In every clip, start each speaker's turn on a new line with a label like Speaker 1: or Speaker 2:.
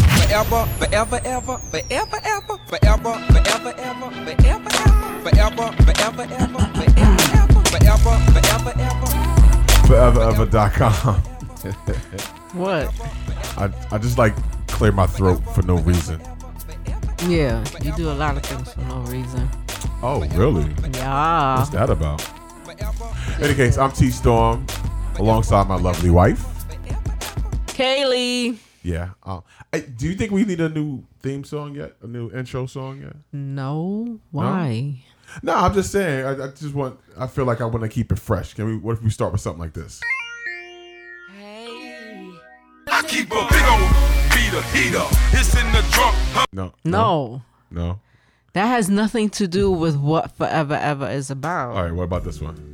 Speaker 1: forever, forever, ever, forever, ever, forever, forever, ever, forever, ever, forever, forever, ever, forever, forever, forever, ever.
Speaker 2: Foreverever.com.
Speaker 3: What?
Speaker 2: I, I just like clear my throat for no reason.
Speaker 3: Yeah, you do a lot of things for no reason.
Speaker 2: Oh, really?
Speaker 3: Yeah.
Speaker 2: What's that about? In any case, I'm T Storm alongside my lovely wife.
Speaker 3: Kaylee.
Speaker 2: Yeah. Um, I, do you think we need a new theme song yet? A new intro song yet?
Speaker 3: No. Why?
Speaker 2: No, I'm just saying. I, I just want. I feel like I want to keep it fresh. Can we? What if we start with something like this?
Speaker 4: I keep a big old beater, heater. It's in the trunk.
Speaker 2: No.
Speaker 3: No.
Speaker 2: No. no?
Speaker 3: That has nothing to do with what Forever Ever is about.
Speaker 2: All right. What about this one?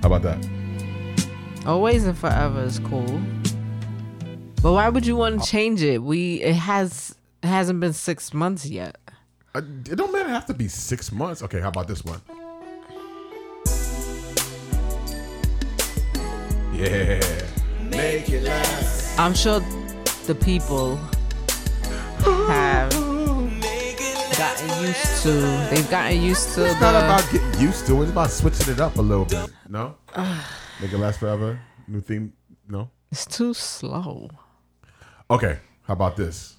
Speaker 2: How about that?
Speaker 3: Always and Forever is cool. But why would you want to change it? We it has it hasn't been six months yet.
Speaker 2: I, it don't matter. Have to be six months. Okay. How about this one? Yeah.
Speaker 3: I'm sure the people have gotten used to. They've gotten used to
Speaker 2: It's not
Speaker 3: the.
Speaker 2: about getting used to it. It's about switching it up a little bit. No. Make it last forever. New theme. No.
Speaker 3: It's too slow.
Speaker 2: Okay. How about this?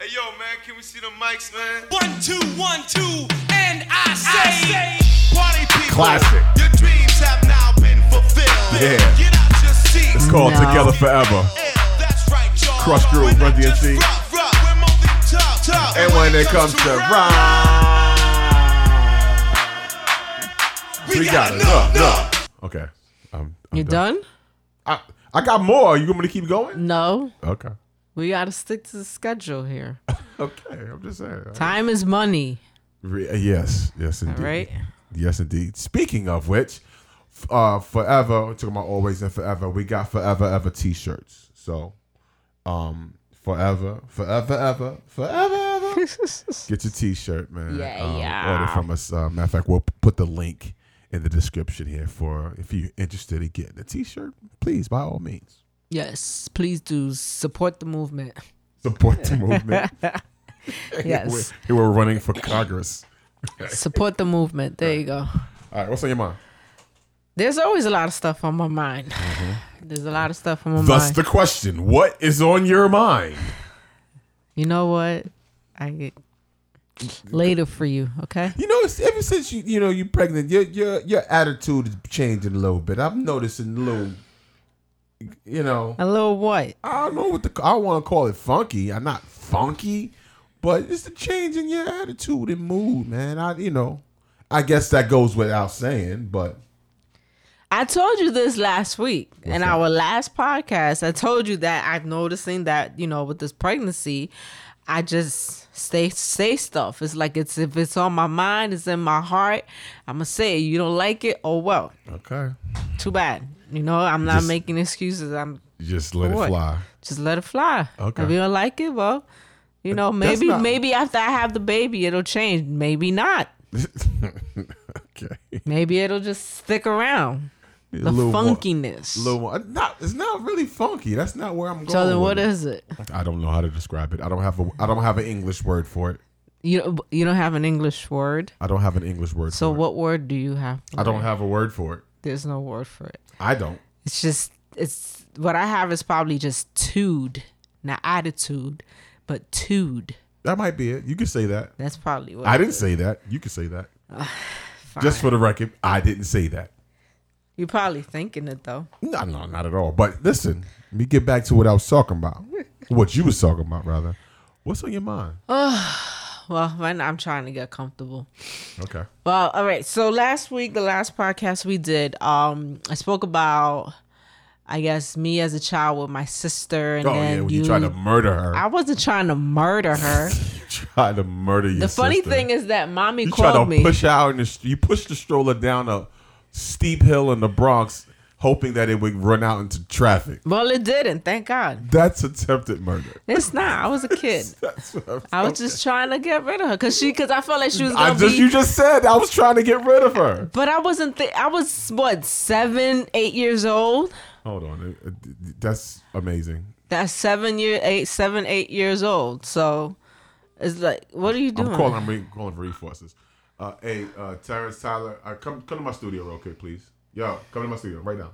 Speaker 4: Hey, yo, man, can we see the mics, man?
Speaker 5: One, two, one, two, and I say,
Speaker 4: Party people.
Speaker 2: Classic.
Speaker 4: Your dreams have now been fulfilled.
Speaker 2: Yeah.
Speaker 4: Get out your seats.
Speaker 2: It's called
Speaker 3: No.
Speaker 2: Together Forever.
Speaker 4: That's right, y'all.
Speaker 2: Crush Groove,
Speaker 4: We're
Speaker 2: Run
Speaker 4: not just
Speaker 2: DMC.
Speaker 4: rough, rough. We're more than tough, tough.
Speaker 2: And when it comes to
Speaker 4: we,
Speaker 2: we uh, got
Speaker 4: got,
Speaker 2: enough,
Speaker 4: enough,
Speaker 2: Okay. Um, I'm
Speaker 3: You done?
Speaker 2: I, I got more. You want me to keep going?
Speaker 3: No.
Speaker 2: Okay.
Speaker 3: We got to stick to the schedule here.
Speaker 2: Okay. I'm just saying.
Speaker 3: Time is money,
Speaker 2: Re- yes. Yes, indeed.
Speaker 3: right?
Speaker 2: Yes, indeed. Speaking of which, f- uh, forever, we're talking about always and forever, we got forever ever t shirts. So, um, forever, forever ever, forever ever. Get your t shirt, man.
Speaker 3: Yeah,
Speaker 2: um,
Speaker 3: yeah.
Speaker 2: Order from us. Uh, matter of fact, we'll p- put the link in the description here for if you're interested in getting a t shirt, please, by all means.
Speaker 3: yes, please do support the movement.
Speaker 2: support the movement.
Speaker 3: Yes,
Speaker 2: They were running for Congress.
Speaker 3: support the movement. There you go.
Speaker 2: All right, what's on your mind?
Speaker 3: There's always a lot of stuff on my mind. There's a lot of stuff on my
Speaker 2: Mm-hmm. Thus
Speaker 3: mind.
Speaker 2: the question: What is on your mind?
Speaker 3: you know what? I get later for you, okay?
Speaker 2: You know, it's ever since you you know you pregnant, your your your attitude is changing a little bit. I'm noticing a little, you know,
Speaker 3: A little what?
Speaker 2: I don't know what the I want to call it funky. I'm not funky, but it's the change in your attitude and mood, man. I you know, I guess that goes without saying, but
Speaker 3: I told you this last week in our last podcast. I told you that I'm noticing that you know with this pregnancy, I just say say stuff. It's like it's if it's on my mind, it's in my heart. I'ma say it. you don't like it. Oh well,
Speaker 2: okay,
Speaker 3: too bad. You know I'm not
Speaker 2: Just-
Speaker 3: making excuses. I'm
Speaker 2: just let
Speaker 3: What?
Speaker 2: it fly.
Speaker 3: just let it fly.
Speaker 2: Okay.
Speaker 3: If you don't like it, well, you know
Speaker 2: That's
Speaker 3: maybe
Speaker 2: not-
Speaker 3: maybe after I have the baby it'll change. Maybe not.
Speaker 2: okay,
Speaker 3: Maybe it'll just stick around. The funkiness.
Speaker 2: Little one. Not, it's not really funky. That's not where I'm going.
Speaker 3: so then
Speaker 2: with
Speaker 3: what
Speaker 2: it.
Speaker 3: is it?
Speaker 2: I don't know how to describe it. I don't have a. I don't have an English word for it.
Speaker 3: You you don't have an English word.
Speaker 2: I don't have an English word.
Speaker 3: So
Speaker 2: for
Speaker 3: what word do you have?
Speaker 2: It. I don't have a word for it.
Speaker 3: There's no word for it.
Speaker 2: I don't.
Speaker 3: It's just it's what I have is probably just tude, not attitude, but tude.
Speaker 2: That might be it. You could say that.
Speaker 3: That's probably what
Speaker 2: I didn't say that. You could say that.
Speaker 3: fine.
Speaker 2: Just for the record, I didn't say that.
Speaker 3: You're probably thinking it though.
Speaker 2: No, no, not at all. But listen, let me get back to what I was talking about. what you was talking about, rather. What's on your mind?
Speaker 3: Oh. Well, right now I'm trying to get comfortable.
Speaker 2: Okay.
Speaker 3: Well, all right. So last week, the last podcast we did, um, I spoke about, I guess, me as a child with my sister, and
Speaker 2: Oh
Speaker 3: then
Speaker 2: yeah, when you, try to murder her.
Speaker 3: I wasn't trying to murder her.
Speaker 2: you try to murder your
Speaker 3: the funny
Speaker 2: sister.
Speaker 3: thing is that mommy
Speaker 2: You try
Speaker 3: called
Speaker 2: to
Speaker 3: me.
Speaker 2: push out and you push the stroller down a steep hill in the Bronx, hoping that it would run out into traffic.
Speaker 3: Well, it didn't. Thank God.
Speaker 2: That's attempted murder.
Speaker 3: It's not. I was a kid.
Speaker 2: That's what I'm-
Speaker 3: I was just trying to get rid of her because she, because I felt like she was
Speaker 2: I
Speaker 3: gonna
Speaker 2: just
Speaker 3: be.
Speaker 2: you just said I was trying to get rid of her.
Speaker 3: but I wasn't. Th- I was what seven, eight years old.
Speaker 2: Hold on, Uh, uh, that's amazing.
Speaker 3: That's seven year eight, seven eight years old. So it's like, what are you doing?
Speaker 2: I'm calling. I'm re- calling for reinforcements. Uh, hey, uh, Terrence Tyler, uh, come come to my studio real quick, please. Yo, come to my studio right now.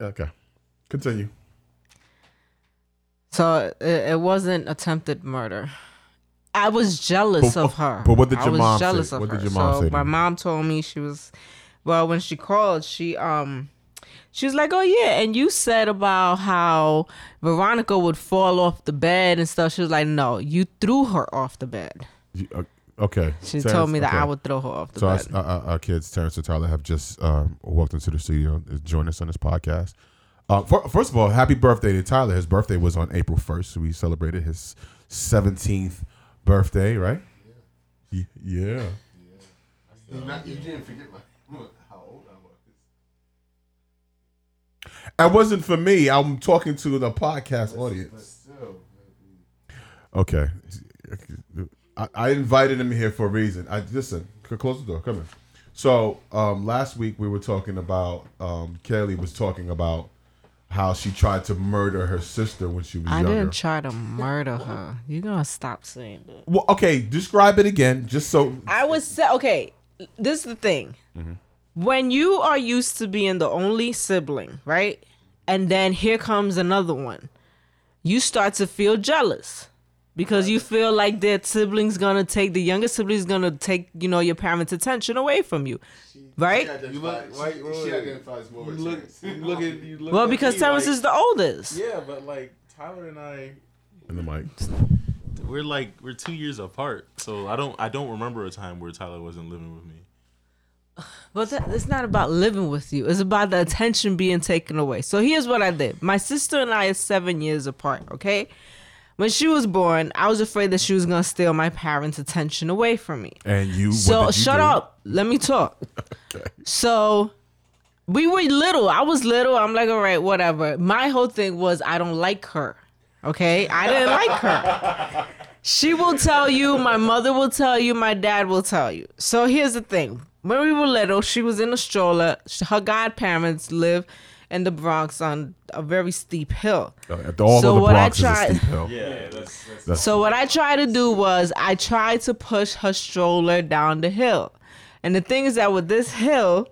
Speaker 2: Okay, continue.
Speaker 3: So it, it wasn't attempted murder. I was jealous
Speaker 2: But-
Speaker 3: of her.
Speaker 2: but what did your
Speaker 3: I was
Speaker 2: mom say?
Speaker 3: jealous Of
Speaker 2: What
Speaker 3: her.
Speaker 2: did your mom
Speaker 3: so
Speaker 2: say to
Speaker 3: My
Speaker 2: you?
Speaker 3: mom told me she was. Well, when she called, she um, she was like, "Oh yeah," and you said about how Veronica would fall off the bed and stuff. She was like, "No, you threw her off the bed."
Speaker 2: You- uh, okay.
Speaker 3: She
Speaker 2: Terrence,
Speaker 3: told me that
Speaker 2: okay.
Speaker 3: I would throw her off the
Speaker 2: So our,
Speaker 3: bed.
Speaker 2: our, uh, our kids, Terrence and Tyler, have just um, walked into the studio. to Join us on this podcast. Uh, fir- first of all, happy birthday to Tyler. His birthday was on April first. We celebrated his seventeenth birthday, right? Yeah. yeah. you didn't forget my, how old I was. It wasn't for me. I'm talking to the podcast audience. Okay. I, I invited him here for a reason. I listen. c- Close the door. Come in. So um, last week we were talking about um, Kelly was talking about how she tried to murder her sister when she was
Speaker 3: I
Speaker 2: younger.
Speaker 3: didn't try to murder her. You're gonna stop saying that.
Speaker 2: well, okay, describe it again, just so.
Speaker 3: I was say, okay. This is the thing. When you are used to being the only sibling, right? And then here comes another one. You start to feel jealous because you feel like that sibling's gonna take the younger sibling's gonna take you know your parents' attention away from you, right?
Speaker 2: You look, wait,
Speaker 6: Oh,
Speaker 2: she identifies more with
Speaker 6: look, you look at you look
Speaker 3: Well,
Speaker 6: at
Speaker 3: because
Speaker 6: me,
Speaker 3: Terrence
Speaker 6: like-
Speaker 3: is the oldest.
Speaker 6: yeah, but like Tyler and I,
Speaker 2: in the mic.
Speaker 6: we're like we're two years apart, so I don't I don't remember a time where Tyler wasn't living with me.
Speaker 3: But that, it's not about living with you. It's about the attention being taken away. So here's what I did. My sister and I are seven years apart. Okay. When she was born, I was afraid that she was gonna steal my parents' attention away from me.
Speaker 2: And you. what
Speaker 3: So
Speaker 2: did you
Speaker 3: shut
Speaker 2: do?
Speaker 3: up. Let me talk. So we were little. I was little. I'm like, all right, whatever. My whole thing was I don't like her. Okay? I didn't like her. She will tell you, my mother will tell you, my dad will tell you. So here's the thing. When we were little, she was in a stroller. Her godparents live in the Bronx on a very steep hill.
Speaker 2: Uh, the- all
Speaker 3: So
Speaker 2: of the
Speaker 3: what I
Speaker 2: Bronx is
Speaker 3: tried-
Speaker 2: a steep hill.
Speaker 6: Yeah, that's, that's
Speaker 3: So what I tried to do was I tried to push her stroller down the hill. And the thing is that with this hill,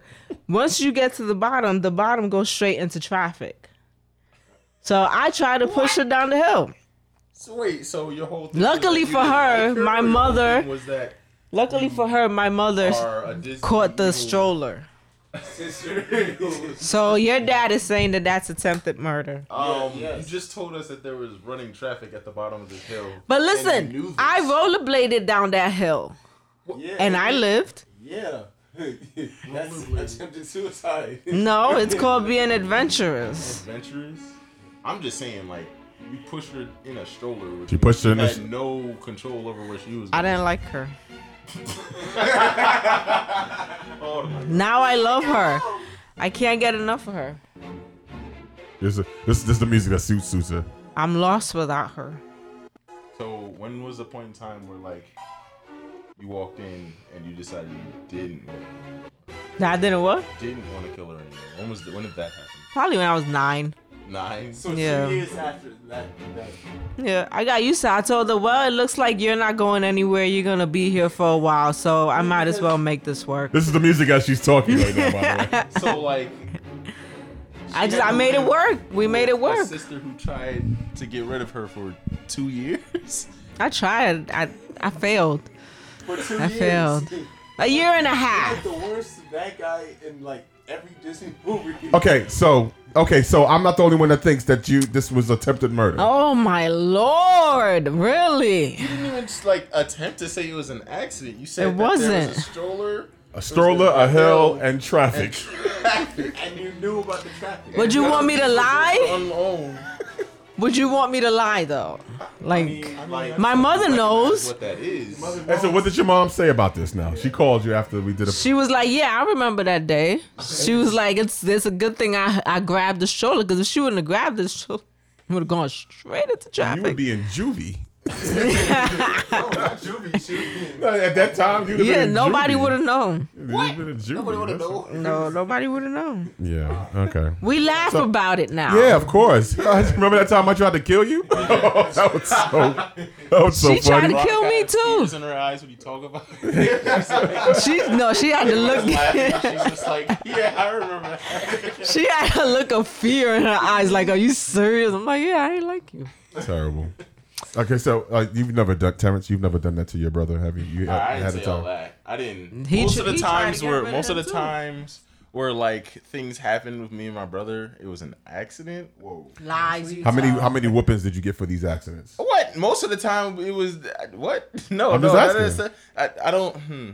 Speaker 3: once you get to the bottom, the bottom goes straight into traffic. So I tried to push her down the hill.
Speaker 6: so wait. So your whole thing
Speaker 3: Luckily
Speaker 6: was that
Speaker 3: for
Speaker 6: you didn't
Speaker 3: her,
Speaker 6: like
Speaker 3: my
Speaker 6: or your whole
Speaker 3: mother-
Speaker 6: thing was that
Speaker 3: Luckily for her, my mother
Speaker 6: are a Disney
Speaker 3: caught the
Speaker 6: evil
Speaker 3: stroller.
Speaker 6: sister.
Speaker 3: So your dad is saying that that's attempted murder.
Speaker 6: um, you just told us that there was running traffic at the bottom of this hill.
Speaker 3: But
Speaker 6: and you knew
Speaker 3: listen,
Speaker 6: this.
Speaker 3: I rollerbladed down that hill
Speaker 6: yeah,
Speaker 3: and I lived.
Speaker 6: yeah. that's attempted suicide.
Speaker 3: No, it's called being adventurous.
Speaker 6: adventurous. I'm just saying, like, you pushed her in a stroller. Which
Speaker 2: She pushed her
Speaker 6: you
Speaker 2: in a
Speaker 6: had
Speaker 2: s-
Speaker 6: no control over where she was.
Speaker 3: I
Speaker 6: going.
Speaker 3: didn't like her.
Speaker 6: Oh my
Speaker 3: Now I love her. I can't get enough of her.
Speaker 2: This, is- this, this is the music that suits suits her.
Speaker 3: I'm lost without her.
Speaker 6: So when was the point in time where like you walked in and you decided you didn't
Speaker 3: That didn't work.
Speaker 6: didn't want to kill her anymore? When was the, when did that happen?
Speaker 3: Probably when I was nine.
Speaker 6: Nine. So
Speaker 3: Yeah.
Speaker 6: years after that.
Speaker 3: Yeah, I got used to. it. I told her, well, it looks like you're not going anywhere. You're gonna be here for a while, so I might as well make this work.
Speaker 2: This is the music that she's talking right now. By the way,
Speaker 6: So like
Speaker 3: I just, I made it work. We made it
Speaker 6: a
Speaker 3: work.
Speaker 6: sister who tried to get rid of her for two years.
Speaker 3: I tried. I, I failed.
Speaker 7: For two
Speaker 3: I
Speaker 7: years.
Speaker 3: failed. A year and a half.
Speaker 7: The worst bad guy in like every Disney movie.
Speaker 2: okay, so okay, so I'm not the only one that thinks that you this was attempted murder.
Speaker 3: Oh my lord! Really?
Speaker 6: You didn't even just like attempt to say it was an accident. You said
Speaker 3: It
Speaker 6: that there
Speaker 3: wasn't.
Speaker 6: was a stroller.
Speaker 2: a stroller, a hill, and traffic.
Speaker 7: And you knew about the traffic.
Speaker 3: Would you want me to lie?
Speaker 6: On loan.
Speaker 3: Would you want me to lie though? Like,
Speaker 6: Like,
Speaker 3: my mother knows.
Speaker 6: what that is.
Speaker 2: And so, what did your mom say about this? Now she called you after we did a.
Speaker 3: She was like, "Yeah, I remember that day." She was like, "It's it's a good thing I I grabbed the stroller because if she wouldn't have grabbed the stroller, would have gone straight into
Speaker 2: You would
Speaker 3: traffic."
Speaker 2: be in juvie. No, at that time, you'd have
Speaker 3: Yeah,
Speaker 2: been a
Speaker 3: nobody
Speaker 2: juvie.
Speaker 3: would have known.
Speaker 2: You'd have been a juvie.
Speaker 7: Nobody would have
Speaker 2: That's-
Speaker 7: known.
Speaker 3: No, nobody would have known.
Speaker 2: Yeah. Okay.
Speaker 3: We laugh about it now.
Speaker 2: Yeah, of course. Remember that time I tried to kill you? Oh, that was so. That was so
Speaker 3: she tried
Speaker 2: funny.
Speaker 3: to kill me
Speaker 6: Tears
Speaker 3: too.
Speaker 6: in her eyes when you talk about it.
Speaker 3: She no, she had to
Speaker 6: Laughing,
Speaker 3: look.
Speaker 6: She's just like, yeah, I remember that.
Speaker 3: she had a look of fear in her eyes. Like, are you serious? I'm like, yeah, I ain't like you.
Speaker 2: Terrible. Okay, so uh, you've never done Terrence. You've never done that to your brother, have you? You
Speaker 6: I
Speaker 2: had
Speaker 6: didn't
Speaker 2: a
Speaker 6: say all
Speaker 2: time.
Speaker 6: that. I didn't.
Speaker 3: He
Speaker 6: most
Speaker 3: tr-
Speaker 6: of the
Speaker 3: he tried to
Speaker 6: times
Speaker 3: get
Speaker 6: were
Speaker 3: rid of
Speaker 6: most of the
Speaker 3: them, too.
Speaker 6: times where like things happened with me and my brother. It was an accident. Whoa.
Speaker 3: Lies. You
Speaker 2: How many how many whoopings did you get for these accidents?
Speaker 6: What? Most of the time it was what? No,
Speaker 2: I'm
Speaker 6: no.
Speaker 2: just
Speaker 6: that is
Speaker 2: asking.
Speaker 6: I, I don't. Hmm.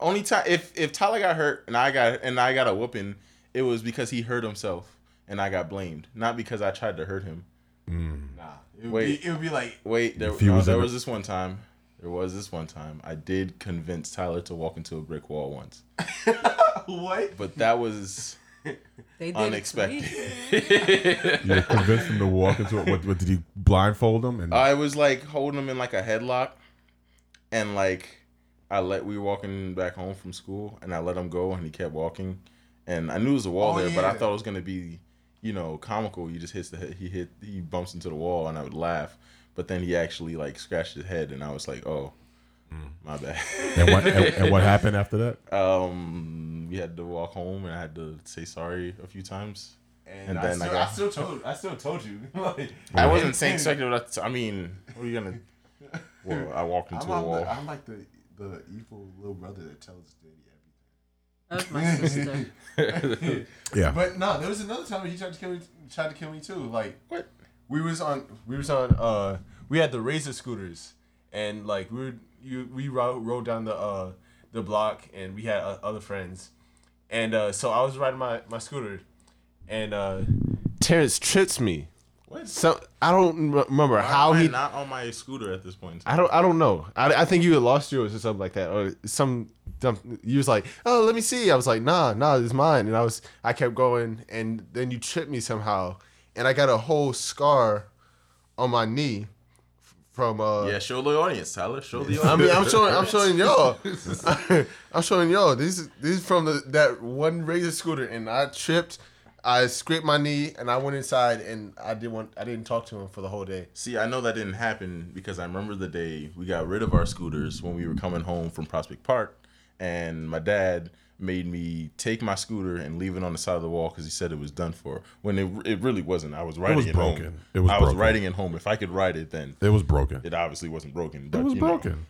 Speaker 6: Only time if if Tyler got hurt and I got and I got a whooping, it was because he hurt himself and I got blamed, not because I tried to hurt him.
Speaker 7: Nah, it would
Speaker 6: Wait.
Speaker 7: be it would be like
Speaker 6: Wait, there,
Speaker 2: Hmm. If he
Speaker 6: no,
Speaker 2: was
Speaker 6: there
Speaker 2: in a-
Speaker 6: was this one time. There was this one time I did convince Tyler to walk into a brick wall once,
Speaker 7: what?
Speaker 6: but that was
Speaker 3: They did it to me.
Speaker 6: unexpected.
Speaker 2: You were convinced him to walk into it. What, what did you blindfold him? And
Speaker 6: I was like holding him in like a headlock, and like I let we were walking back home from school, and I let him go, and he kept walking, and I knew it was a wall
Speaker 7: Oh,
Speaker 6: there, but I
Speaker 7: yeah.
Speaker 6: thought it was gonna be, you know, comical. He just hits the he hit he bumps into the wall, and I would laugh, but then he actually like scratched his head, and I was like, oh, my bad.
Speaker 2: and, what, and, and what happened after that?
Speaker 6: Uh, Um, we had to walk home, and I had to say sorry a few times.
Speaker 7: And,
Speaker 6: And
Speaker 7: I,
Speaker 6: then I
Speaker 7: still, I,
Speaker 6: got-
Speaker 7: still told I still told you. like,
Speaker 6: I wasn't saying expected. But I, I mean, what are you gonna? Well, I walked into
Speaker 7: I'm,
Speaker 6: a
Speaker 7: I'm,
Speaker 6: wall.
Speaker 7: the, I'm like the the evil little brother that tells daddy
Speaker 3: That's my sister.
Speaker 7: everything.
Speaker 2: Yeah.
Speaker 7: But no, there was another time he tried to kill me. Tried to kill me too. Like
Speaker 6: What?
Speaker 7: we was on we was on uh we had the razor scooters and like we were you we ro- rode down the uh the block and we had uh, other friends and uh so I was riding my my scooter and uh Terrence trips me.
Speaker 6: What?
Speaker 7: So I don't rem- remember how
Speaker 6: Why am I
Speaker 7: he.
Speaker 6: not on my scooter at this point? in time?
Speaker 7: I don't. I don't know. I, I think you had lost yours or something like that, or some dumb. You was like, "Oh, let me see." I was like, "Nah, nah, it's mine." And I was. I kept going, and then you tripped me somehow, and I got a whole scar on my knee f- from. Uh,
Speaker 6: Yeah, show the audience, Tyler. Show the audience.
Speaker 7: I mean, I'm showing. I'm showing y'all. I'm showing y'all. This is this is from the, that one razor scooter, and I tripped. I scraped my knee, and I went inside, and I didn't want. I didn't talk to him for the whole day.
Speaker 6: See, I know that didn't happen because I remember the day we got rid of our scooters when we were coming home from Prospect Park, and my dad made me take my scooter and leave it on the side of the wall because he said it was done for. When it it really wasn't. I was riding
Speaker 2: was
Speaker 6: it home.
Speaker 2: broken. It was
Speaker 6: I was
Speaker 2: broken.
Speaker 6: riding it home. If I could ride it, then
Speaker 2: It was broken.
Speaker 6: it obviously wasn't broken. But,
Speaker 2: It was
Speaker 6: you know,
Speaker 2: broken.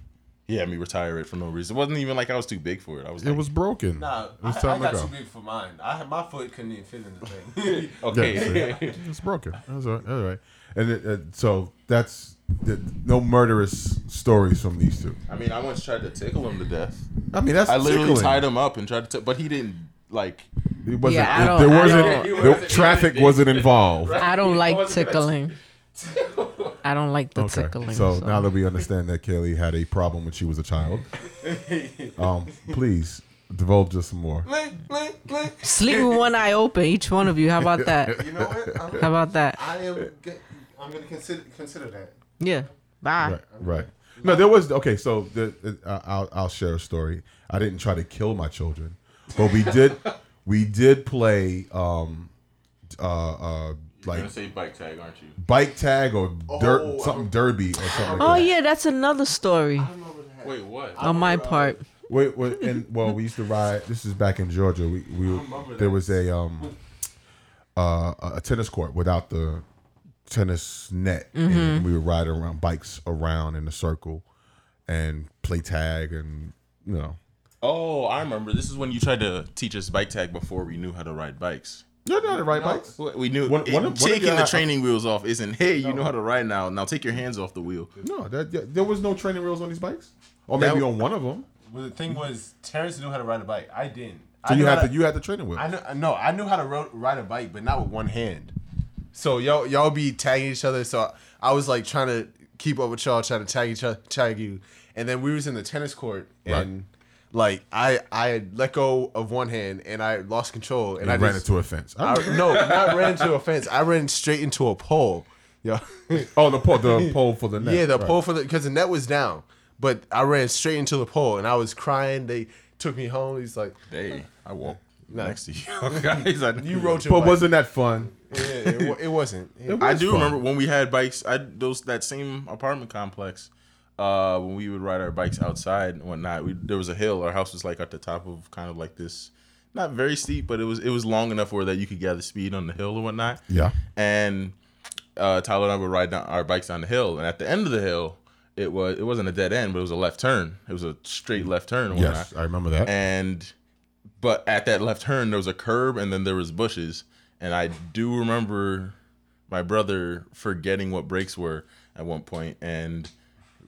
Speaker 6: he had me retire it for no reason. It wasn't even like I was too big for it. I was.
Speaker 2: It
Speaker 6: Like,
Speaker 2: was broken.
Speaker 8: Nah,
Speaker 2: it was
Speaker 8: Uh, I,
Speaker 2: time
Speaker 8: I got
Speaker 2: to go.
Speaker 8: too big for mine. I had my foot couldn't even fit in the thing.
Speaker 6: okay.
Speaker 2: Yeah, see? it's broken. That's all right. That's all right. And it, uh, so that's the, no murderous stories from these two.
Speaker 6: I mean, I once tried to tickle him to death.
Speaker 2: I mean, that's
Speaker 6: I literally
Speaker 2: tickling.
Speaker 6: tied him up and tried to, t- but he didn't like.
Speaker 2: It wasn't,
Speaker 3: Yeah, I
Speaker 2: it-
Speaker 3: don't-
Speaker 2: there
Speaker 3: I
Speaker 2: wasn't,
Speaker 8: don't-
Speaker 2: the traffic wasn't involved.
Speaker 3: I don't like
Speaker 6: wasn't gonna
Speaker 3: tickling. I don't like the tickling.
Speaker 2: So,
Speaker 3: so.
Speaker 2: now that we understand that Kaylee had a problem when she was a child, um, please divulge us some more.
Speaker 3: Sleep with one eye open, each one of you. How about that?
Speaker 8: you know what? I'm,
Speaker 3: How about that?
Speaker 8: I am. G- I'm gonna consider consider that.
Speaker 3: Yeah. Bye.
Speaker 2: Right, right. No, there was okay. So the, the- I- I'll I'll share a story. I didn't try to kill my children, but we did we did play um uh uh like
Speaker 6: say bike tag, aren't you?
Speaker 2: bike tag or dirt something derby or something.
Speaker 3: Oh
Speaker 2: Like that.
Speaker 3: yeah, that's another story
Speaker 6: Wait, what?
Speaker 3: on my part.
Speaker 2: Wait, wait, and well, we used to ride. This is back in Georgia. We we there was a um uh a a tennis court without the tennis net, and we would ride around bikes around in a circle and play tag and you know
Speaker 6: Oh, I remember. This is when you tried to teach us bike tag before we knew how to ride bikes.
Speaker 2: You're not to ride bikes.
Speaker 6: We knew
Speaker 2: One-
Speaker 6: it-
Speaker 2: one of- one of
Speaker 6: taking the
Speaker 2: your-
Speaker 6: training wheels off isn't. Hey, you know how to ride now. Now take your hands off the wheel.
Speaker 2: No, that, that- there was no training wheels on these bikes, or
Speaker 6: That
Speaker 2: maybe
Speaker 6: w-
Speaker 2: on one of them.
Speaker 8: Well, the thing was, Terrence knew how to ride a bike. I didn't. I
Speaker 2: So you
Speaker 8: knew
Speaker 2: had
Speaker 8: how
Speaker 2: the you had the training wheel.
Speaker 8: I know, no, I knew how to ro- ride a bike, but not with one hand. So y'all y'all be tagging each other. So I was like trying to keep up with y'all, trying to tag each other, tag you. And then we was in the tennis court, and like I I had let go of one hand, and I lost control, and
Speaker 2: I
Speaker 8: I
Speaker 2: ran
Speaker 8: just,
Speaker 2: into a fence. I,
Speaker 8: I, no, not ran into a fence. I ran straight into a pole.
Speaker 7: Yo.
Speaker 2: Oh, the pole, the pole for the net.
Speaker 8: Yeah, the
Speaker 2: right.
Speaker 8: pole for the because the net was down, but I ran straight into the pole and I was crying. They took me home. He's like,
Speaker 6: Hey, I walked next to you guys. I,
Speaker 8: "You rode your
Speaker 2: But
Speaker 8: bike."
Speaker 2: wasn't that fun?
Speaker 8: Yeah, it, wa- it wasn't. It-
Speaker 6: I
Speaker 2: was
Speaker 6: do
Speaker 2: fun.
Speaker 6: remember when we had bikes. I those that same apartment complex. Uh, when we would ride our bikes outside and whatnot, we, there was a hill. Our house was like at the top of kind of like this, not very steep, but it was it was long enough where that you could gather speed on the hill and whatnot.
Speaker 2: Yeah.
Speaker 6: and uh, Tyler and I would ride down our bikes down the hill, and at the end of the hill, it was it wasn't a dead end, but it was a left turn. It was a straight left turn. and
Speaker 2: Yes,
Speaker 6: whatnot.
Speaker 2: I remember that.
Speaker 6: and but at that left turn there was a curb, and then there was bushes, and I do remember my brother forgetting what brakes were at one point and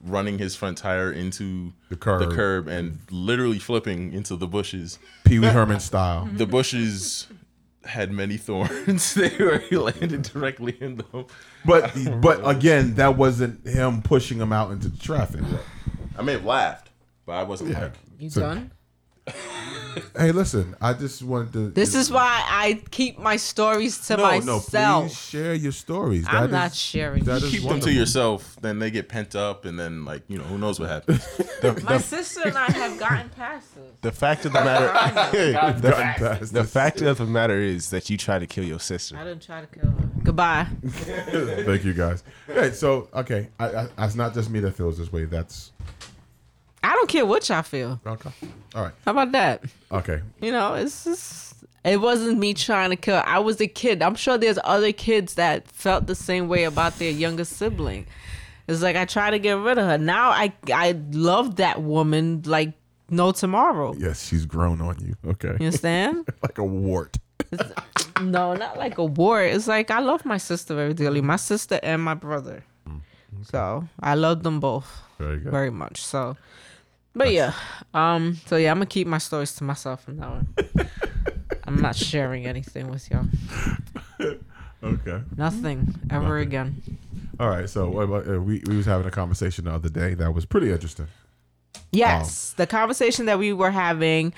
Speaker 6: running his front tire into
Speaker 2: The curb.
Speaker 6: the curb and literally flipping into the bushes
Speaker 2: Pee Wee Herman style.
Speaker 6: the bushes had many thorns. they were he landed directly in them.
Speaker 2: But but again, that wasn't him pushing him out into the traffic.
Speaker 6: I may have laughed, but I wasn't like
Speaker 3: You
Speaker 2: So-
Speaker 3: done?
Speaker 2: Hey, listen, I just wanted to.
Speaker 3: This is why I keep my stories to
Speaker 2: no, no. Please
Speaker 3: myself.
Speaker 2: share your stories.
Speaker 3: I'm
Speaker 2: That
Speaker 3: not
Speaker 2: is-
Speaker 3: sharing.
Speaker 2: That is
Speaker 6: keep them
Speaker 2: wonderful.
Speaker 6: to yourself. Then they get pent up, and then like you know who knows what happens.
Speaker 3: My sister and I have gotten past this.
Speaker 7: The fact of the matter
Speaker 2: Gotten past
Speaker 7: The
Speaker 2: this.
Speaker 7: fact of the matter is that you tried to kill your sister.
Speaker 3: I didn't try to kill her. Goodbye.
Speaker 2: Thank you guys. Hey, so okay, I, I, it's not just me that feels this way. That's
Speaker 3: I don't care what y'all feel.
Speaker 2: okay. All right.
Speaker 3: How about that?
Speaker 2: Okay.
Speaker 3: You know, it's just it wasn't me trying to kill. I was a kid. I'm sure there's other kids that felt the same way about their younger sibling. It's like I tried to get rid of her. Now I I love that woman like no tomorrow.
Speaker 2: Yes, she's grown on you. Okay.
Speaker 3: You understand?
Speaker 2: like a wart.
Speaker 3: no, not like a war. It's like I love my sister very dearly. My sister and my brother. So I love them both
Speaker 2: Very good.
Speaker 3: very much. So, but yeah, um, so yeah, I'm gonna keep my stories to myself from now on. I'm not sharing anything with y'all.
Speaker 2: Okay.
Speaker 3: Nothing ever again.
Speaker 2: All right. So what about, uh, we we was having a conversation the other day that was pretty interesting.
Speaker 3: Yes, the conversation that we were having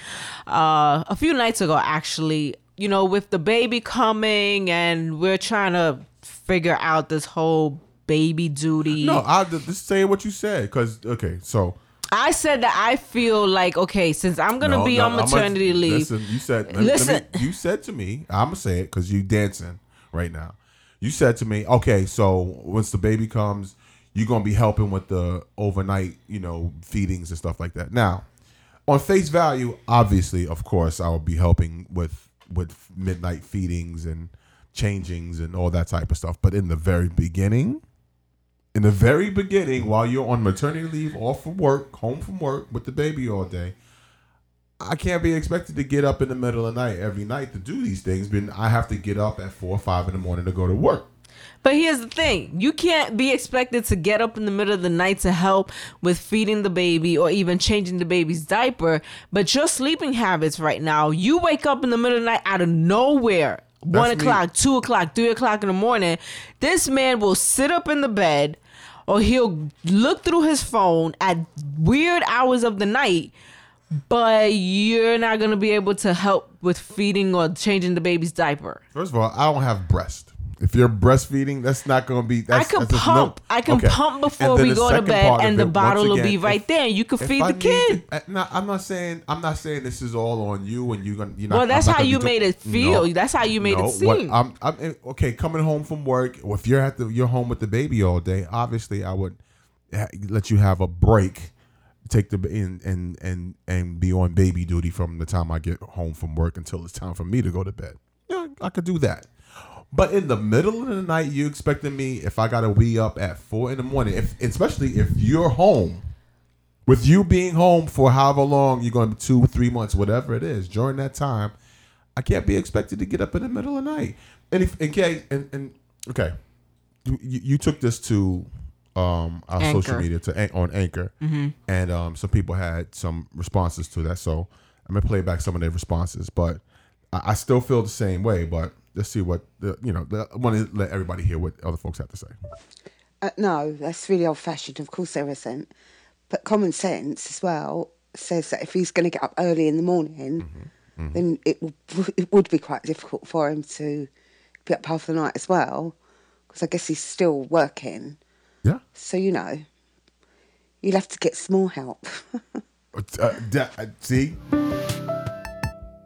Speaker 3: uh, a few nights ago, actually, you know, with the baby coming and we're trying to figure out this whole baby duty.
Speaker 2: No, I just say what you said because okay. So
Speaker 3: I said that I feel like okay, since I'm gonna
Speaker 2: No,
Speaker 3: be
Speaker 2: no,
Speaker 3: on
Speaker 2: I'm gonna-
Speaker 3: maternity leave.
Speaker 2: Listen, you said. let me- let
Speaker 3: Listen.
Speaker 2: me- you said to me, I'm gonna say it because you dancing right now. You said to me, okay, so once the baby comes, you're gonna be helping with the overnight, you know, feedings and stuff like that. Now, on face value, obviously, of course, I will be helping with with midnight feedings and changings and all that type of stuff. But in the very beginning, in the very beginning, while you're on maternity leave, off from work, home from work with the baby all day, I can't be expected to get up in the middle of the night every night to do these things. But I have to get up at four or five in the morning to go to work.
Speaker 3: But here's the thing you can't be expected to get up in the middle of the night to help with feeding the baby or even changing the baby's diaper. But your sleeping habits right now, you wake up in the middle of the night out of nowhere. One
Speaker 2: That's me.
Speaker 3: o'clock, two o'clock, three o'clock in the morning. This man will sit up in the bed or he'll look through his phone at weird hours of the night, but you're not going to be able to help with feeding or changing the baby's diaper.
Speaker 2: First of all, I don't have breast. If you're breastfeeding, that's not going to be. That's,
Speaker 3: I can
Speaker 2: that's just
Speaker 3: pump.
Speaker 2: No,
Speaker 3: I can
Speaker 2: Okay.
Speaker 3: pump before
Speaker 2: And then
Speaker 3: we
Speaker 2: the
Speaker 3: go to
Speaker 2: second
Speaker 3: bed,
Speaker 2: part of
Speaker 3: and the
Speaker 2: it, once
Speaker 3: bottle will be
Speaker 2: again,
Speaker 3: right
Speaker 2: if-
Speaker 3: there, and you can
Speaker 2: if
Speaker 3: feed
Speaker 2: I
Speaker 3: the
Speaker 2: need
Speaker 3: kid.
Speaker 2: to- uh, no, I'm not saying. I'm not saying this is all on you, and you're gonna. You're not,
Speaker 3: Well, that's
Speaker 2: I'm not
Speaker 3: how
Speaker 2: gonna be
Speaker 3: you
Speaker 2: do-
Speaker 3: made it feel.
Speaker 2: No.
Speaker 3: That's how you made
Speaker 2: No,
Speaker 3: it
Speaker 2: what-
Speaker 3: seem.
Speaker 2: I'm, I'm eh, okay. Coming home from work, or if you're at the you're home with the baby all day, obviously I would ha- let you have a break, take the and and and and be on baby duty from the time I get home from work until it's time for me to go to bed. Yeah, I could do that. But in the middle of the night, you expecting me if I gotta wee up at four in the morning, if especially if you're home with you being home for however long you're going to be two, three months, whatever it is, during that time, I can't be expected to get up in the middle of the night. And if in case and, and okay, you, you you took this to um our social
Speaker 3: Anchor.
Speaker 2: media to An- on Anchor, and um some people had some responses to that. So I'm gonna play back some of their responses, but I, I still feel the same way. But let's see what the you know. The, I want to let everybody hear what other folks have to say.
Speaker 9: Uh, no, that's really old fashioned. Of course, there isn't. But common sense as well says that if he's going to get up early in the morning, then it, will, it would be quite difficult for him to be up half the night as well. because I guess he's still working.
Speaker 2: Yeah.
Speaker 9: So you know, you'll have to get some more help.
Speaker 2: Uh, that- uh, see?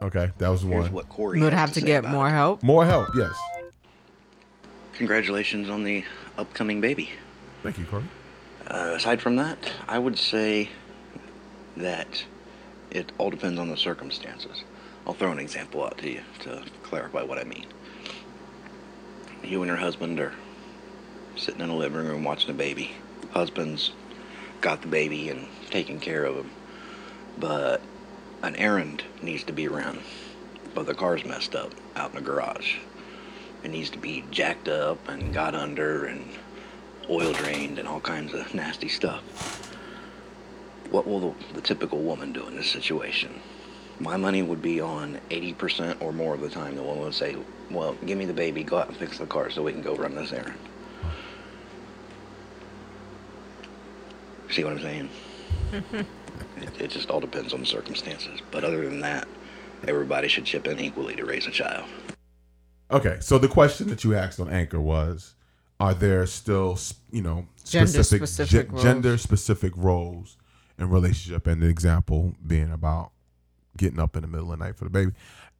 Speaker 2: Okay, that was
Speaker 10: Here's
Speaker 2: one.
Speaker 10: what Corey
Speaker 3: You would
Speaker 10: had
Speaker 3: have to
Speaker 10: say
Speaker 3: get
Speaker 10: about
Speaker 3: more
Speaker 10: it.
Speaker 3: help.
Speaker 2: More help, yes.
Speaker 10: Congratulations on the upcoming baby.
Speaker 2: Thank you, Corey.
Speaker 10: Uh, aside from that, I would say that it all depends on the circumstances. I'll throw an example out to you to clarify what I mean. You and your husband are sitting in a living room watching a baby. Husband's got the baby and taking care of him, but an errand needs to be run. But the car's messed up out in the garage. It needs to be jacked up and got under and oil drained and all kinds of nasty stuff. What will the, the typical woman do in this situation? My money would be on 80% or more of the time the woman would say, Well, give me the baby, go out and fix the car so we can go run this errand. See what I'm saying? it, it just all depends on the circumstances. But other than that, everybody should chip in equally to raise a child.
Speaker 2: Okay, so the question that you asked on Anchor was, are there still, s- you know, specific
Speaker 3: Gender-specific roles.
Speaker 2: gender specific roles in relationship and the example being about getting up in the middle of the night for the baby.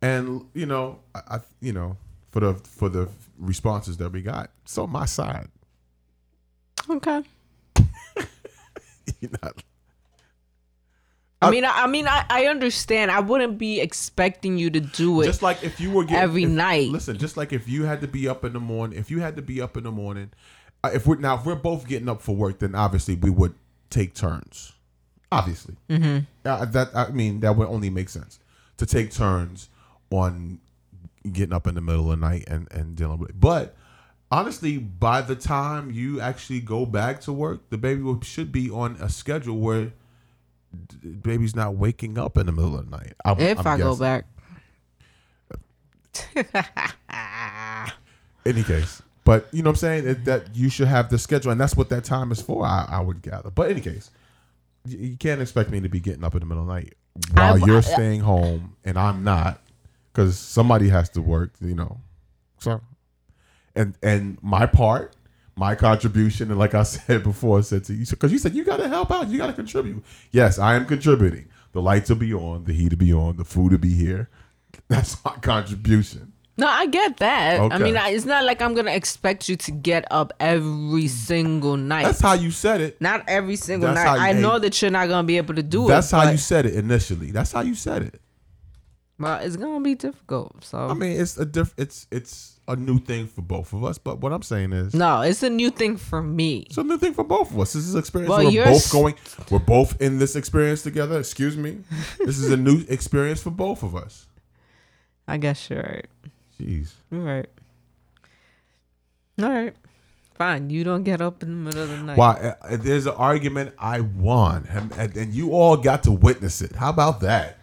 Speaker 2: And you know, I, I you know, for the for the responses that we got, so my side,
Speaker 3: Okay.
Speaker 2: you know, Uh,
Speaker 3: I mean, I, I mean, I, I understand. I wouldn't be expecting you to do it.
Speaker 2: just like if you were getting
Speaker 3: every
Speaker 2: if-
Speaker 3: night.
Speaker 2: Listen, just like if you had to be up in the morning, if you had to be up in the morning, uh, if we're now if we're both getting up for work, then obviously we would take turns. Obviously, mm-hmm. uh, that I mean that would only make sense to take turns on getting up in the middle of the night and and dealing with it. But honestly, by the time you actually go back to work, the baby will, should be on a schedule where. d- Baby's not waking up in the middle of the night. I'm-
Speaker 3: if
Speaker 2: I'm
Speaker 3: i go
Speaker 2: guessing.
Speaker 3: back,
Speaker 2: any case but you know what i'm saying that, that you should have the schedule and that's what that time is for i, I would gather but any case y- you can't expect me to be getting up in the middle of the night while
Speaker 3: I-
Speaker 2: you're
Speaker 3: I-
Speaker 2: staying home and i'm not because somebody has to work you know so and and my part my contribution and like i said before I said to you because you said you got to help out you got to contribute yes i am contributing the lights will be on the heat will be on the food will be here that's my contribution
Speaker 3: no, I get that.
Speaker 2: Okay.
Speaker 3: I mean, I, it's not like I'm gonna expect you to get up every single night.
Speaker 2: that's how you said it
Speaker 3: not every single
Speaker 2: That's
Speaker 3: night.
Speaker 2: how you-
Speaker 3: I know
Speaker 2: hey,
Speaker 3: that you're not gonna be able to do
Speaker 2: That's
Speaker 3: it.
Speaker 2: how
Speaker 3: but-
Speaker 2: you said it initially. That's how you said it.
Speaker 3: Well, it's gonna be difficult. So
Speaker 2: I mean, it's a diff. It's it's a new thing for both of us. But what I'm saying is,
Speaker 3: no, it's a new thing for me.
Speaker 2: it's a new thing for both of us. This is an experience.
Speaker 3: Well,
Speaker 2: we're
Speaker 3: you're
Speaker 2: both
Speaker 3: s-
Speaker 2: going. We're both in this experience together. Excuse me. this is a new experience for both of us.
Speaker 3: I guess you're right.
Speaker 2: Jeez.
Speaker 3: You're right. All right. Fine. You don't get up in the middle of the night.
Speaker 2: Why? uh, There's an argument I won, and, and- and you all got to witness it. How about that?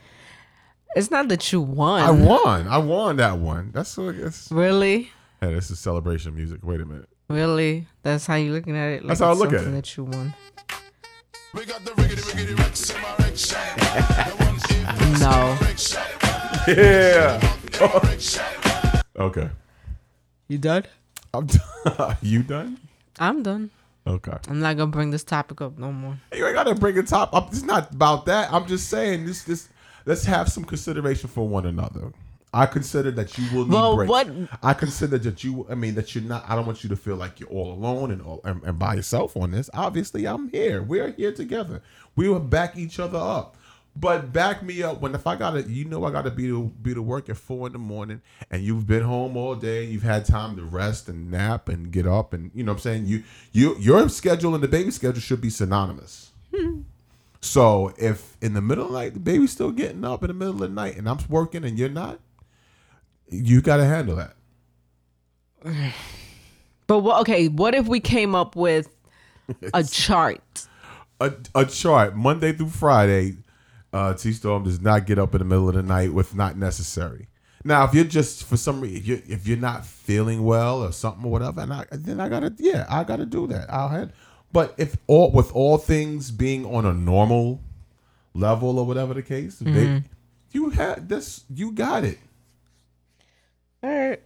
Speaker 3: It's not that you won.
Speaker 2: I won. I won that one. That's what. That's,
Speaker 3: Really?
Speaker 2: hey, this is celebration music. Wait a minute.
Speaker 3: Really? That's how you're looking at it? Like
Speaker 2: That's how I
Speaker 3: it's
Speaker 2: look at
Speaker 3: something
Speaker 2: it.
Speaker 3: That you won.
Speaker 4: We got the riggedy riggedy rex in my rec shop. The ones in
Speaker 3: No.
Speaker 4: rec shop.
Speaker 2: Yeah.
Speaker 4: Rec shop.
Speaker 2: Okay.
Speaker 3: You done?
Speaker 2: I'm done. you done?
Speaker 3: I'm done.
Speaker 2: Okay.
Speaker 3: I'm not gonna bring this topic up no more.
Speaker 2: You ain't gotta bring it top up. It's not about that. I'm just saying this. This let's have some consideration for one another. I consider that you will need
Speaker 3: Well,
Speaker 2: breaks.
Speaker 3: what-
Speaker 2: I consider that you. I mean that you're not. I don't want you to feel like you're all alone and all and, and by yourself on this. Obviously, I'm here. We're here together. We will back each other up. But back me up when if I gotta, you know, I gotta be to be to work at four in the morning, and you've been home all day. You've had time to rest and nap and get up, and you know what I'm saying. You you your schedule and the baby schedule should be synonymous. So if in the middle of the night the baby's still getting up in the middle of the night and I'm working and you're not, you gotta handle that.
Speaker 3: But what? Okay. What if we came up with a chart?
Speaker 2: A, a chart Monday through Friday, uh, T Storm does not get up in the middle of the night if not necessary. Now, if you're just for some reason, if you're if you're not feeling well or something or whatever, and I then I gotta yeah I gotta do that. I'll hand. But if all with all things being on a normal level or whatever the case, ba- you had this. You got it.
Speaker 3: All right.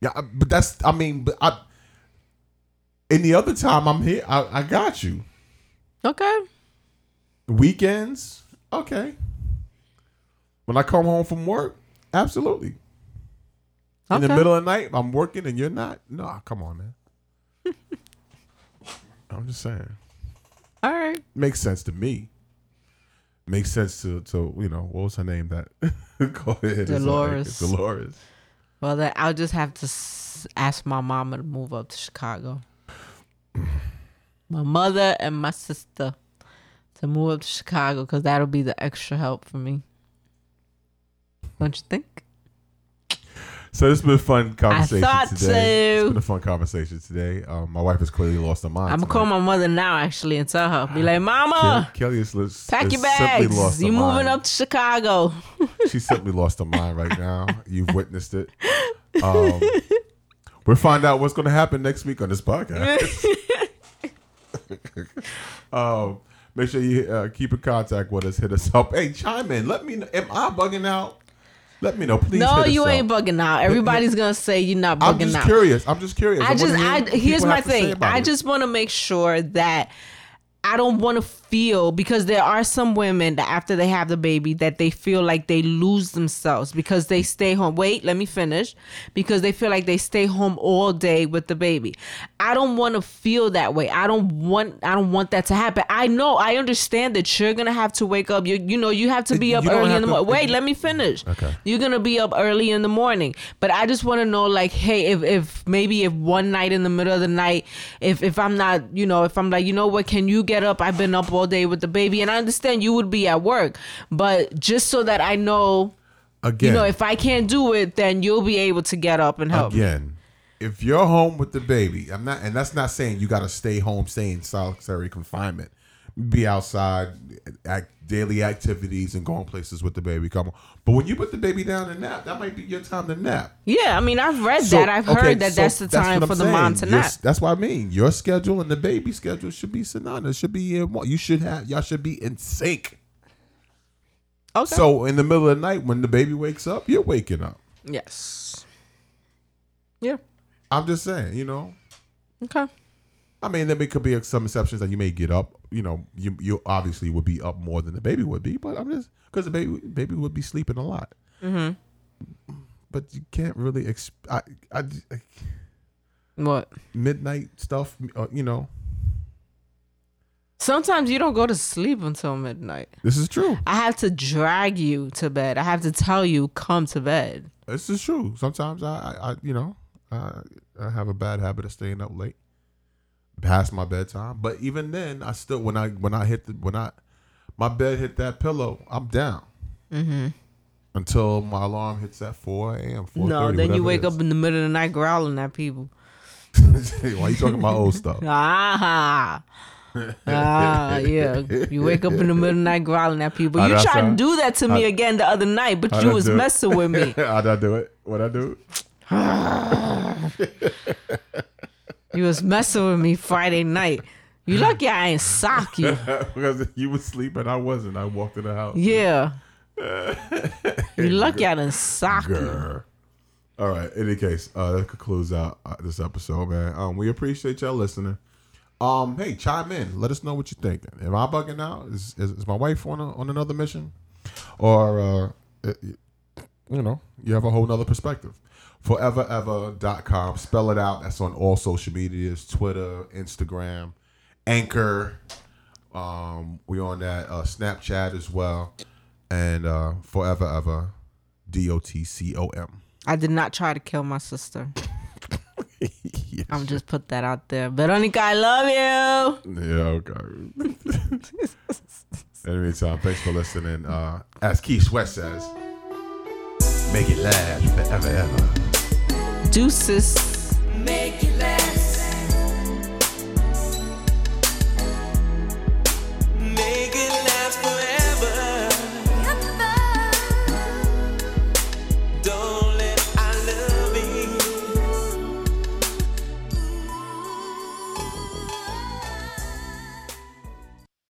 Speaker 2: Yeah, I- but that's I mean, but I. Any other time I'm here, I, I got you.
Speaker 3: Okay.
Speaker 2: Weekends, okay. When I come home from work, absolutely. In the
Speaker 3: Okay.
Speaker 2: middle of the night, I'm working and you're not. Nah, come on, man. I'm just saying.
Speaker 3: All right.
Speaker 2: Makes sense to me. Makes sense to to you know what was her name that called it It's like-
Speaker 3: Dolores.
Speaker 2: Dolores.
Speaker 3: Well, then I'll just have to s- ask my mama to move up to Chicago. My mother and my sister to move up to Chicago because that'll be the extra help for me. Don't you think?
Speaker 2: So this has been a fun conversation
Speaker 3: thought
Speaker 2: today.
Speaker 3: so.
Speaker 2: It's been a fun conversation today. Um, my wife has clearly lost her mind.
Speaker 3: I'm gonna
Speaker 2: tonight.
Speaker 3: call my mother now actually and tell her. Be like, Mama,
Speaker 2: Ke- Kelly is, is
Speaker 3: pack your
Speaker 2: is simply
Speaker 3: bags.
Speaker 2: lost
Speaker 3: You
Speaker 2: her
Speaker 3: moving
Speaker 2: mind.
Speaker 3: up to Chicago.
Speaker 2: She simply lost her mind right now. You've witnessed it. Um, we'll find out what's going to happen next week on this podcast. um, make sure you uh, keep in contact with us. Hit us up. Hey, chime in. Let me know. Am I bugging out? Let me know. Please.
Speaker 3: no,
Speaker 2: hit us
Speaker 3: you
Speaker 2: up.
Speaker 3: ain't bugging out. Everybody's gonna say you're not bugging
Speaker 2: I'm just
Speaker 3: out.
Speaker 2: curious. I'm just curious.
Speaker 3: I
Speaker 2: wanna
Speaker 3: just,
Speaker 2: hear
Speaker 3: I
Speaker 2: what people
Speaker 3: here's my
Speaker 2: have to say
Speaker 3: thing.
Speaker 2: about
Speaker 3: I
Speaker 2: it.
Speaker 3: just want to make sure that I don't want to feel because there are some women that after they have the baby that they feel like they lose themselves because they stay home. Wait, let me finish. Because they feel like they stay home all day with the baby. I don't want to feel that way. I don't want. I don't want that to happen. I know. I understand that you're gonna have to wake up. You you know you have to be
Speaker 11: You
Speaker 3: up
Speaker 11: don't
Speaker 3: early in
Speaker 11: have
Speaker 3: the
Speaker 11: to-
Speaker 3: morning. Wait, let me finish.
Speaker 11: Okay.
Speaker 3: You're gonna be up early in the morning. But I just wanna know like, hey, if, if maybe if one night in the middle of the night, if if I'm not, you know, if I'm like, you know what, can you get up? I've been up all day with the baby and I understand you would be at work. But just so that I know
Speaker 2: Again.
Speaker 3: You know, if I can't do it, then you'll be able to get up and help. me.
Speaker 2: Again, if you're home with the baby, I'm not, and that's not saying you got to stay home, stay in solitary confinement, be outside, act daily activities, and going places with the baby. Come on, but when you put the baby down and nap, that might be your time to nap.
Speaker 3: Yeah, I mean, I've read
Speaker 2: So,
Speaker 3: that. I've
Speaker 2: okay,
Speaker 3: heard that
Speaker 2: so
Speaker 3: that's the
Speaker 2: what
Speaker 3: time
Speaker 2: I'm
Speaker 3: for the mom to
Speaker 2: saying. Your-
Speaker 3: nap.
Speaker 2: That's what I mean. Your schedule and the baby schedule should be synonymous. Should be in one. You should have. Y'all should be in sync.
Speaker 3: Okay.
Speaker 2: So in the middle of the night, when the baby wakes up, you're waking up.
Speaker 3: Yes.
Speaker 2: I'm just saying, you know.
Speaker 3: Okay.
Speaker 2: I mean, there may- could be some exceptions that you may get up. You know, you you obviously would be up more than the baby would be, but I'm just because the baby baby would be sleeping a lot.
Speaker 3: Mm-hmm.
Speaker 2: But you can't really exp- I, I, I
Speaker 3: what
Speaker 2: midnight stuff. uh, You know,
Speaker 3: Sometimes you don't go to sleep until midnight.
Speaker 2: this is true.
Speaker 3: I have to drag you to bed. I have to tell you, come to bed.
Speaker 2: This is true. Sometimes I, I, I you know, I, I have a bad habit of staying up late, past my bedtime. But even then, I still when I when I hit the when I my bed hit that pillow, I'm down
Speaker 3: Mm-hmm.
Speaker 2: until my alarm hits at four a.m. 4:30,
Speaker 3: No, then you
Speaker 2: whatever it
Speaker 3: wake
Speaker 2: is.
Speaker 3: up in the middle of the night growling at people.
Speaker 2: Why you talking about old stuff?
Speaker 3: ah, ah, yeah. You wake up in the middle of the night growling at people.
Speaker 2: How'd
Speaker 3: You
Speaker 2: I
Speaker 3: tried to
Speaker 2: sound?
Speaker 3: do that to me
Speaker 2: How'd-
Speaker 3: again the other night, but
Speaker 2: How'd
Speaker 3: you
Speaker 2: I
Speaker 3: was
Speaker 2: do it?
Speaker 3: messing with me.
Speaker 2: How'd I do it? What I do?
Speaker 3: You was messing with me Friday night. You lucky I ain't sock you.
Speaker 2: because you was sleeping, I wasn't. I walked in the house.
Speaker 3: Yeah. You lucky I done sock you.
Speaker 2: Grr. All right. In any case, uh, that concludes out uh, this episode, man. Um, we appreciate y'all listening. Um, hey, chime in. Let us know what you think. Am I bugging out? Is, is, is my wife on a, on another mission, or uh, it- it- you know, you have a whole nother perspective? Foreverever.com. Spell it out. That's on all social medias: Twitter, Instagram, Anchor. Um, we on that uh, Snapchat as well, and uh, Forever Ever, D O T C O M.
Speaker 3: I did not try to kill my sister. I'm just put that out there. Veronica, I love you.
Speaker 2: Yeah, okay. In the meantime, thanks for listening. Uh, as Keith Sweat says, make it last forever, ever.
Speaker 3: Deuces.